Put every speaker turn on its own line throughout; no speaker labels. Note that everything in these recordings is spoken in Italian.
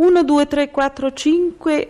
1, 2, 3, 4, 5,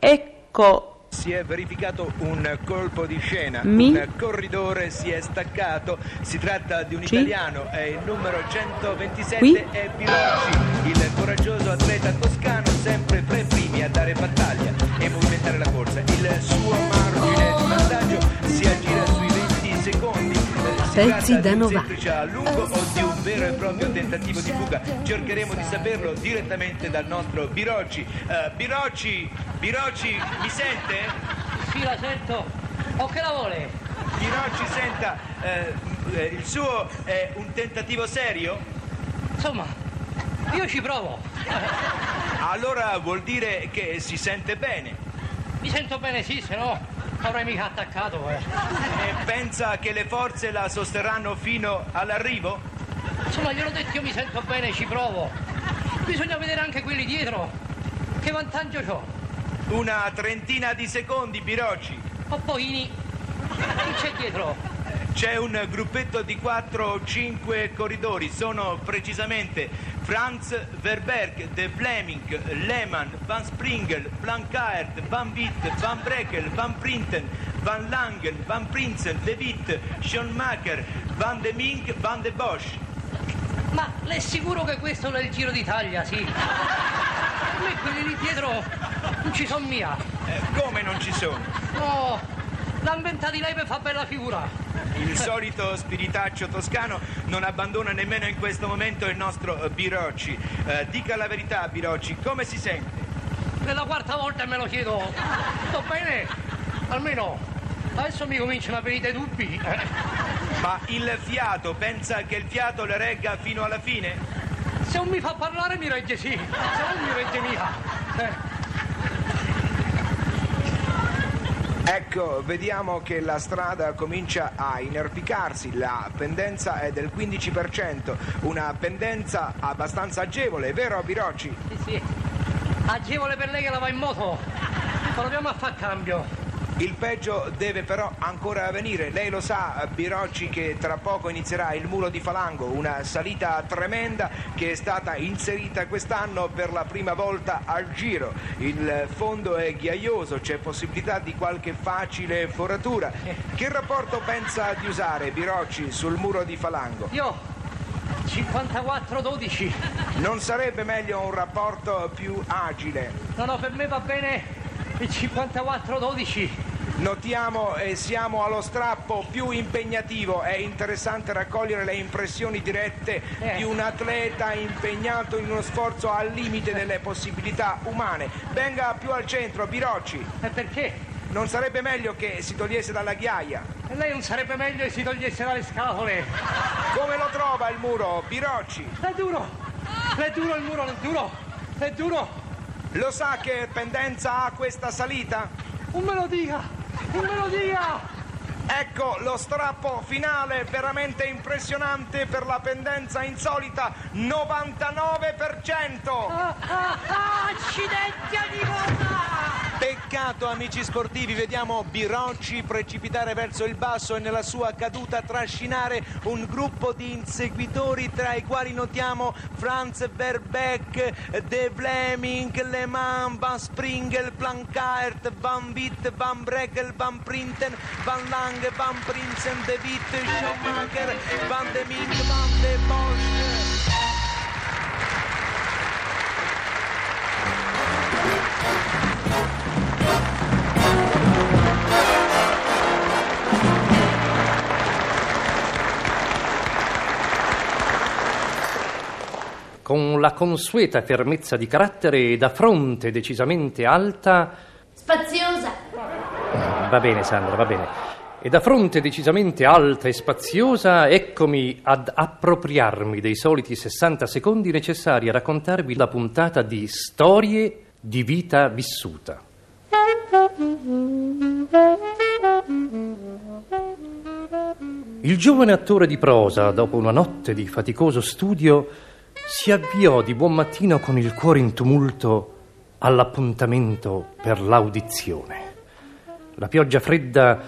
ecco.
Si è verificato un colpo di scena,
Mi?
un corridore si è staccato, si tratta di un
Ci?
italiano, è il numero 127
Qui?
è Pilocci, il coraggioso atleta toscano sempre fra i primi a dare battaglia e movimentare la corsa. Il suo margine di vantaggio si aggira sui 20 secondi. Eh, Si
Pezzi
tratta
da
di un
90.
semplice allungo o di un vero e proprio tentativo di fuga? Cercheremo di saperlo direttamente dal nostro Birocci. Eh, Birocci, Birocci, mi sente?
Sì, la sento. O che la vuole?
Birocci, senta, eh, eh, il suo è un tentativo serio?
Insomma, io ci provo.
Allora vuol dire che si sente bene
Mi sento bene, sì, se no avrei mica attaccato. eh.
e pensa che le forze la sosterranno fino all'arrivo?
Insomma, gliel'ho detto, io mi sento bene, ci provo. Bisogna vedere anche quelli dietro. Che vantaggio ho?
Una trentina di secondi, Birocci.
Ho pochini. Chi c'è dietro?
C'è un gruppetto di 4 o 5 corridori, sono precisamente Franz Verberg, De Vleming, Lehmann, Van Springel, Blankaert, Van Witt, Van Brekel, Van Printen, Van Langen, Van Prinsen, De Witt, Schoenmaker, Van de Mink, Van de Bosch.
Ma le assicuro che questo è il Giro d'Italia, sì. Per me quelli lì dietro non ci sono mia.
Eh, come non ci sono?
No, l'ha inventati lei per far bella figura.
Il solito spiritaccio toscano non abbandona nemmeno in questo momento il nostro eh, Birocci. Eh, dica la verità, Birocci, come si sente?
Per la quarta volta me lo chiedo. Sto bene? Almeno. Adesso mi cominciano a venire i dubbi. Eh,
Ma il fiato, pensa che il fiato le regga fino alla fine?
Se non mi fa parlare mi regge sì, se non mi regge mica. Eh,
Ecco, vediamo che la strada comincia a inerpicarsi, la pendenza è del 15%, una pendenza abbastanza agevole, vero Birocci?
sì, sì. Agevole per lei che la va in moto. Proviamo a far cambio.
Il peggio deve però ancora avvenire, lei lo sa Birocci che tra poco inizierà il muro di Falango, una salita tremenda che è stata inserita quest'anno per la prima volta al giro. Il fondo è ghiaioso, c'è possibilità di qualche facile foratura. Che rapporto pensa di usare Birocci sul muro di Falango?
Io 54-12.
Non sarebbe meglio un rapporto più agile?
No, no, per me va bene il 54-12.
Notiamo e siamo allo strappo più impegnativo, è interessante raccogliere le impressioni dirette
Eh.
di un atleta impegnato in uno sforzo al limite delle possibilità umane. Venga più al centro, Birocci.
E perché?
Non sarebbe meglio che si togliesse dalla ghiaia?
E Lei non sarebbe meglio che si togliesse dalle scatole.
Come lo trova il muro, Birocci?
È duro! È duro il muro, è duro! È duro!
Lo sa che pendenza ha questa salita?
Un me lo dica! Un me lo dica!
Ecco lo strappo finale veramente impressionante per la pendenza insolita 99%.
Ah, ah, ah, accidenti a Nicola!
Peccato amici sportivi, vediamo Birocci precipitare verso il basso e nella sua caduta trascinare un gruppo di inseguitori tra i quali notiamo Franz Verbeck, De Vleming, Le Mans, Van Springel, Plankaert, Van Witt, Van Brekel, Van Printen, Van Lange, Van Prinsen, De Witt, Schumacher, Van de Mink, Van de Bosch.
Con la consueta fermezza di carattere e da fronte decisamente alta.
Spaziosa.
Va bene, Sandra, va bene. E da fronte decisamente alta e spaziosa, eccomi ad appropriarmi dei soliti 60 secondi necessari a raccontarvi la puntata di Storie di vita vissuta. Il giovane attore di prosa, dopo una notte di faticoso studio, si avviò di buon mattino con il cuore in tumulto all'appuntamento per l'audizione. La pioggia fredda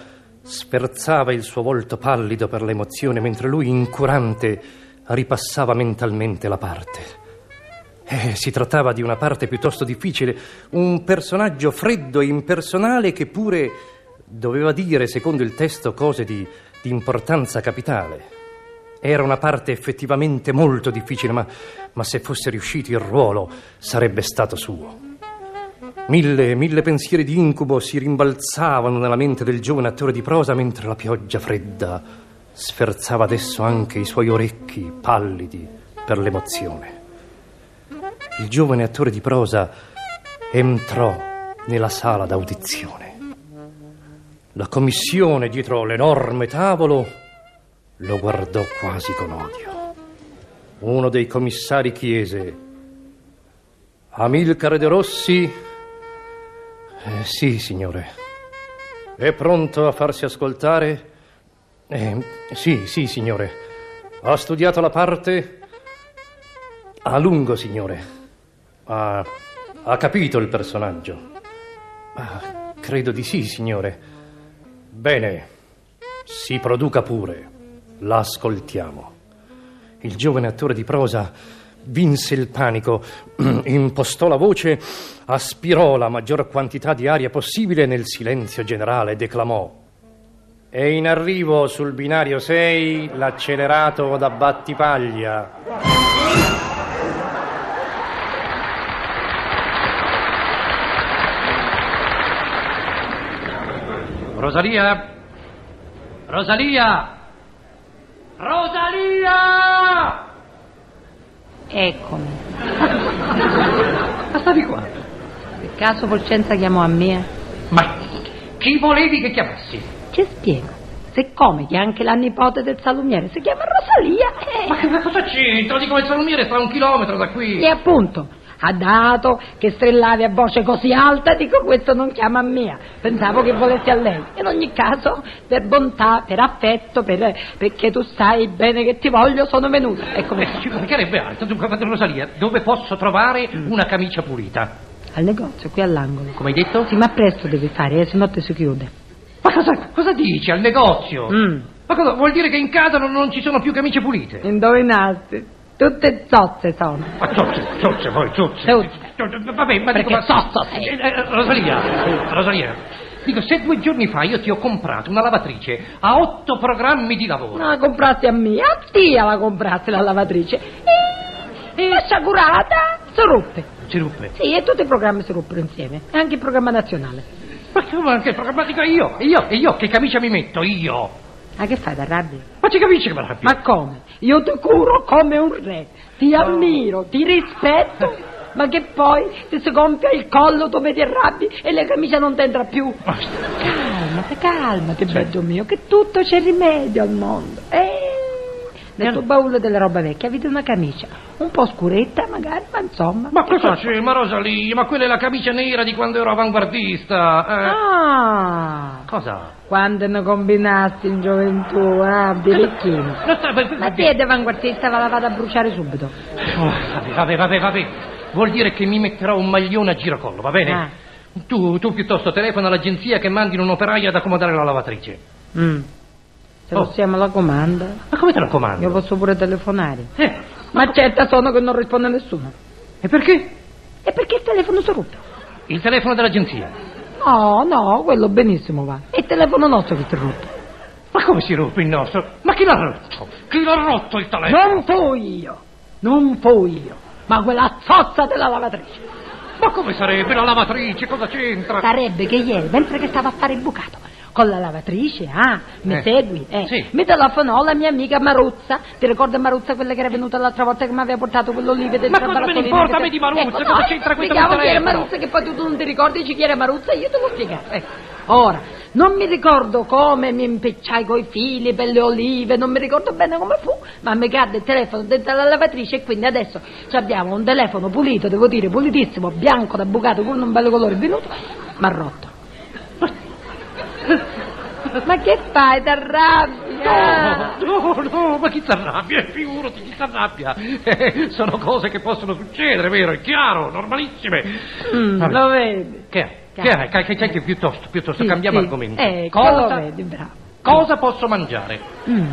sferzava il suo volto pallido per l'emozione mentre lui, incurante, ripassava mentalmente la parte. Eh, si trattava di una parte piuttosto difficile, un personaggio freddo e impersonale che pure doveva dire, secondo il testo, cose di, di importanza capitale. Era una parte effettivamente molto difficile, ma, ma se fosse riuscito il ruolo sarebbe stato suo. Mille, mille pensieri di incubo si rimbalzavano nella mente del giovane attore di prosa mentre la pioggia fredda sferzava adesso anche i suoi orecchi pallidi per l'emozione. Il giovane attore di prosa entrò nella sala d'audizione. La commissione dietro l'enorme tavolo lo guardò quasi con odio. Uno dei commissari chiese Amilcare De Rossi? Eh, sì, signore. È pronto a farsi ascoltare? Eh, sì, sì, signore. Ha studiato la parte? A lungo, signore. Ha, ha capito il personaggio? Ah, credo di sì, signore. Bene, si produca pure. La ascoltiamo. Il giovane attore di prosa vinse il panico, impostò la voce, aspirò la maggior quantità di aria possibile nel silenzio generale e declamò. È in arrivo sul binario 6 l'accelerato da Battipaglia.
Rosalia! Rosalia! Rosalia!
Eccomi.
Ma stavi qua?
Per caso Volcenza chiamò a me?
Ma chi volevi che chiamassi?
Ti spiego. Se come che anche la nipote del salumiere si chiama Rosalia. eh.
Ma che cosa c'entra? Dico, il salumiere sta a un chilometro da qui.
E appunto, ha dato che strellavi a voce così alta, dico questo non chiama a me. Pensavo che volessi a lei. In ogni caso, per bontà, per affetto, per- perché tu sai bene che ti voglio, sono venuta.
Eh, ci
Eccomi.
mancherebbe altro. Dunque, padre Rosalia, dove posso trovare una camicia pulita?
Al negozio, qui all'angolo.
Mm. Come hai detto?
Sì, ma presto devi fare, eh, se no ti si chiude.
Ma cosa, cosa dici? Al negozio?
Mm.
Ma cosa? Vuol dire che in casa non, non ci sono più camicie pulite?
Indovinasti. Tutte zozze sono.
Ma ciocce, ciocce, poi, ciocce.
Ciocce.
Ciocce, Vabbè, ma dico,
Perché
ma...
zozzo sei.
Eh, eh, Rosalia, Rosalia, dico, se due giorni fa io ti ho comprato una lavatrice a otto programmi di lavoro...
No, la comprasti a me, a zia la comprasti la lavatrice. E, e la sciagurata si ruppe.
Si ruppe.
Sì, e tutti i programmi si ruppero insieme, e anche il programma nazionale.
Ma che ma che programma dico io? E io, e io che camicia mi metto? Io?
Ma che fai, t'arrabbi?
Ma ci capisci che mi arrabbio?
Ma come? Io ti curo come un re, ti ammiro, ti rispetto, ma che poi se si gonfia il collo tu mi ti arrabbi e la camicia non t'entra più.
Ma-
Calmati, calmati, bello mio, che tutto c'è rimedio al mondo. Eh, nel tuo baule della roba vecchia avete una camicia, un po' scuretta magari, ma insomma.
Ma cosa
Ecco.
c'è? Ma Rosalia, ma quella è la camicia nera di quando ero avanguardista. eh.
Ah,
Cosa?
quando ne combinasti in gioventù, ah,
Certo.
birichino.
No, sta- per- per-
La piede avanguardista va la vado a bruciare subito.
Oh, vabbè, vabbè, vabbè, vabbè. Vuol dire che mi metterò un maglione a giracollo, va bene?
Ah.
Tu, tu piuttosto telefona all'agenzia che mandino un'operaia ad accomodare la lavatrice.
Mm. Se
Oh.
possiamo la comanda,
Ma come te la
io
comando?
posso pure telefonare.
Eh,
Ma certa sono che non risponde nessuno.
e perché?
E perché il telefono si ruppe?
Il telefono dell'agenzia.
No, no, quello benissimo va. È il telefono nostro che ti ruppe.
Ma come si ruppe il nostro? Ma chi l'ha rotto? Chi l'ha rotto il telefono?
Non fui io, non fui io, ma quella zozza della lavatrice.
Ma come sarebbe la lavatrice? Cosa c'entra?
Sarebbe che ieri, mentre che stava a fare il bucato, con la lavatrice, ah, mi
Eh.
segui, eh,
Sì.
mi telefonò la mia amica Maruzza, ti ricordi Maruzza quella che era venuta l'altra volta che mi aveva portato quell'olive del
Ma cosa me ne
barattolino
importa
che
a me
te-
di Maruzza?
Ecco,
Cosa
no,
c'entra questo
spiegavo
col
chi era
telefono?
Maruzza che poi tu non ti ricordi chi era Maruzza, io te l'ho spiegato, ecco. Ora, non mi ricordo come mi impicciai coi fili per le olive, non mi ricordo bene come fu, ma mi cadde il telefono dentro la lavatrice e quindi adesso ci abbiamo un telefono pulito, devo dire, pulitissimo, bianco da bucato con un bello colore venuto, ma rotto. ma che fai, t'arrabbia?
No, no, no, ma chi s'arrabbia? Figurati, chi s'arrabbia? Eh, sono cose che possono succedere, vero? È chiaro, normalissime.
Mm,
Vabbè.
lo vedi?
Che è? Che
Chiaro.
è? Che- che- che- che- piuttosto, piuttosto,
Sì,
cambiamo
sì.
argomento.
Ecco, lo
cosa,
vedi, bravo.
cosa posso mangiare?
Mm.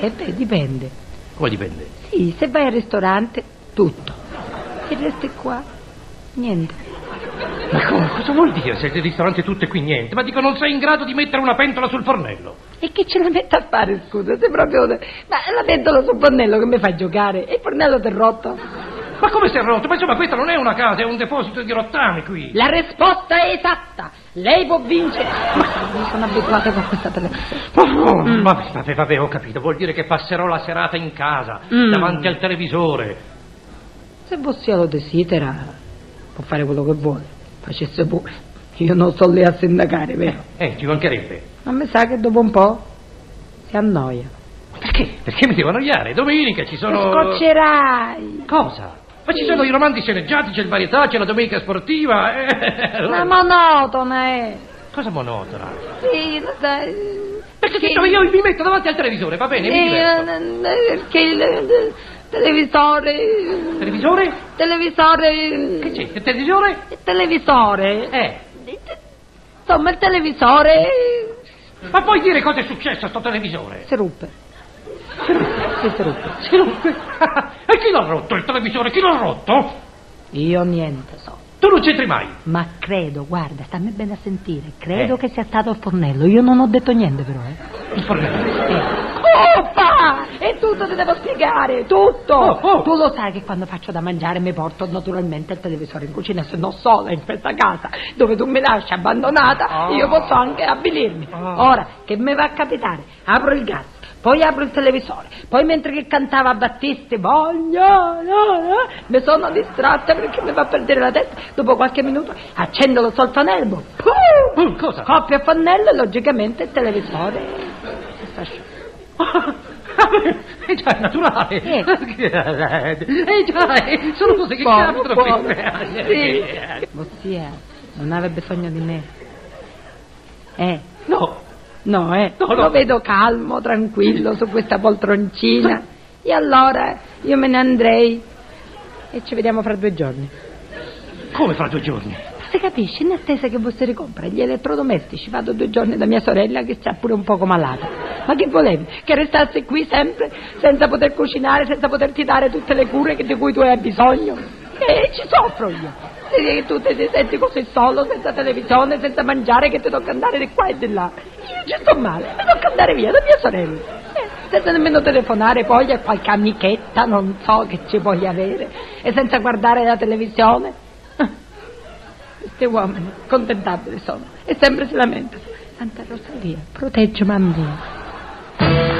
Eh beh, dipende.
Come dipende?
Sì, se vai al ristorante, tutto. e resti qua. Niente.
Ma come? Cosa vuol dire se il ristorante tutto e qui niente? Ma dico, non sei in grado di mettere una pentola sul fornello.
E che ce la mette a fare, scusa? Sei proprio. Ma la pentola sul fornello che mi fa giocare. E il fornello t'è rotto.
Ma come si è rotto? Ma insomma, questa non è una casa, è un deposito di rottami qui.
La risposta è esatta. Lei può vincere. Ma mi sono abituata con questa televisione.
Oh, Vabbè, vabbè, vabbè, ho capito. Vuol dire che passerò la serata in casa,
Mm.
davanti al televisore.
Se Bossia lo desidera, può fare quello che vuole. Facesse pure. Io non sto lì a sindacare, vero?
Eh, ci mancherebbe.
Ma mi sa che dopo un po' si annoia.
Perché? Perché mi devo annoiare? Domenica
Lo
ci sono...
scoccerai.
Cosa? Ma ci sono i romanzi sceneggiati, c'è il varietà, c'è la domenica sportiva. eh.
Ah, Ma monotona è.
Cosa monotona?
Sì, lo sai.
Perché dico, io mi metto davanti al televisore, va bene, mi diverto.
Eh, Perché il il
eh.
televisore.
Televisore?
Televisore.
Che c'è? Il televisore?
Il televisore.
Eh.
Insomma, il televisore.
Ma puoi dire cosa è successo a sto televisore?
Si ruppe. Si, si ruppe.
Si rompe. e chi l'ha rotto il televisore? Chi l'ha rotto?
Io niente so.
Tu non c'entri mai.
Ma credo, guarda, stammi bene a sentire, credo
Eh.
che sia stato il fornello. Io non ho detto niente però, eh.
Il fornello.
Oppa! E tutto ti devo spiegare, tutto!
Oh, oh.
Tu lo sai che quando faccio da mangiare mi porto naturalmente il televisore in cucina, se no sola in questa casa dove tu mi lasci abbandonata,
Ah.
io posso anche abilirmi.
Ah.
Ora, che mi va a capitare? Apro il gas. Poi apro il televisore, poi mentre che cantava Battisti, voglio, no, no, mi sono distratta perché mi fa perdere la testa. Dopo qualche minuto accendo lo solfanello, pum,
Uh, cosa?
coppia e fannello e logicamente il televisore si sta asciugando.
Eh già, è naturale.
Eh.
Eh già, eh, sono cose che
Buono,
capitano.
buono.
Eh,
Sì. Ossia, non aveva bisogno di me. Eh,
No,
no, eh.
No, no.
Lo vedo calmo, tranquillo su questa poltroncina. E allora io me ne andrei. E ci vediamo fra due giorni.
come fra due giorni?
Se capisci, in attesa che voi si ricompra gli elettrodomestici, vado due giorni da mia sorella che sta pure un poco malata. Ma che volevi? Che restassi qui sempre senza poter cucinare, senza poterti dare tutte le cure che- di cui tu hai bisogno? E ci soffro io. E tu ti ti senti così solo, senza televisione, senza mangiare, che ti tocca andare di qua e di là. Io ci sto male, mi tocca andare via da mia sorella. Eh, senza nemmeno telefonare poi a qualche amichetta, non so che ci puoi avere, e senza guardare la televisione. Questi uomini contentabili sono e sempre si lamentano. Santa Rosalia, protegge mamma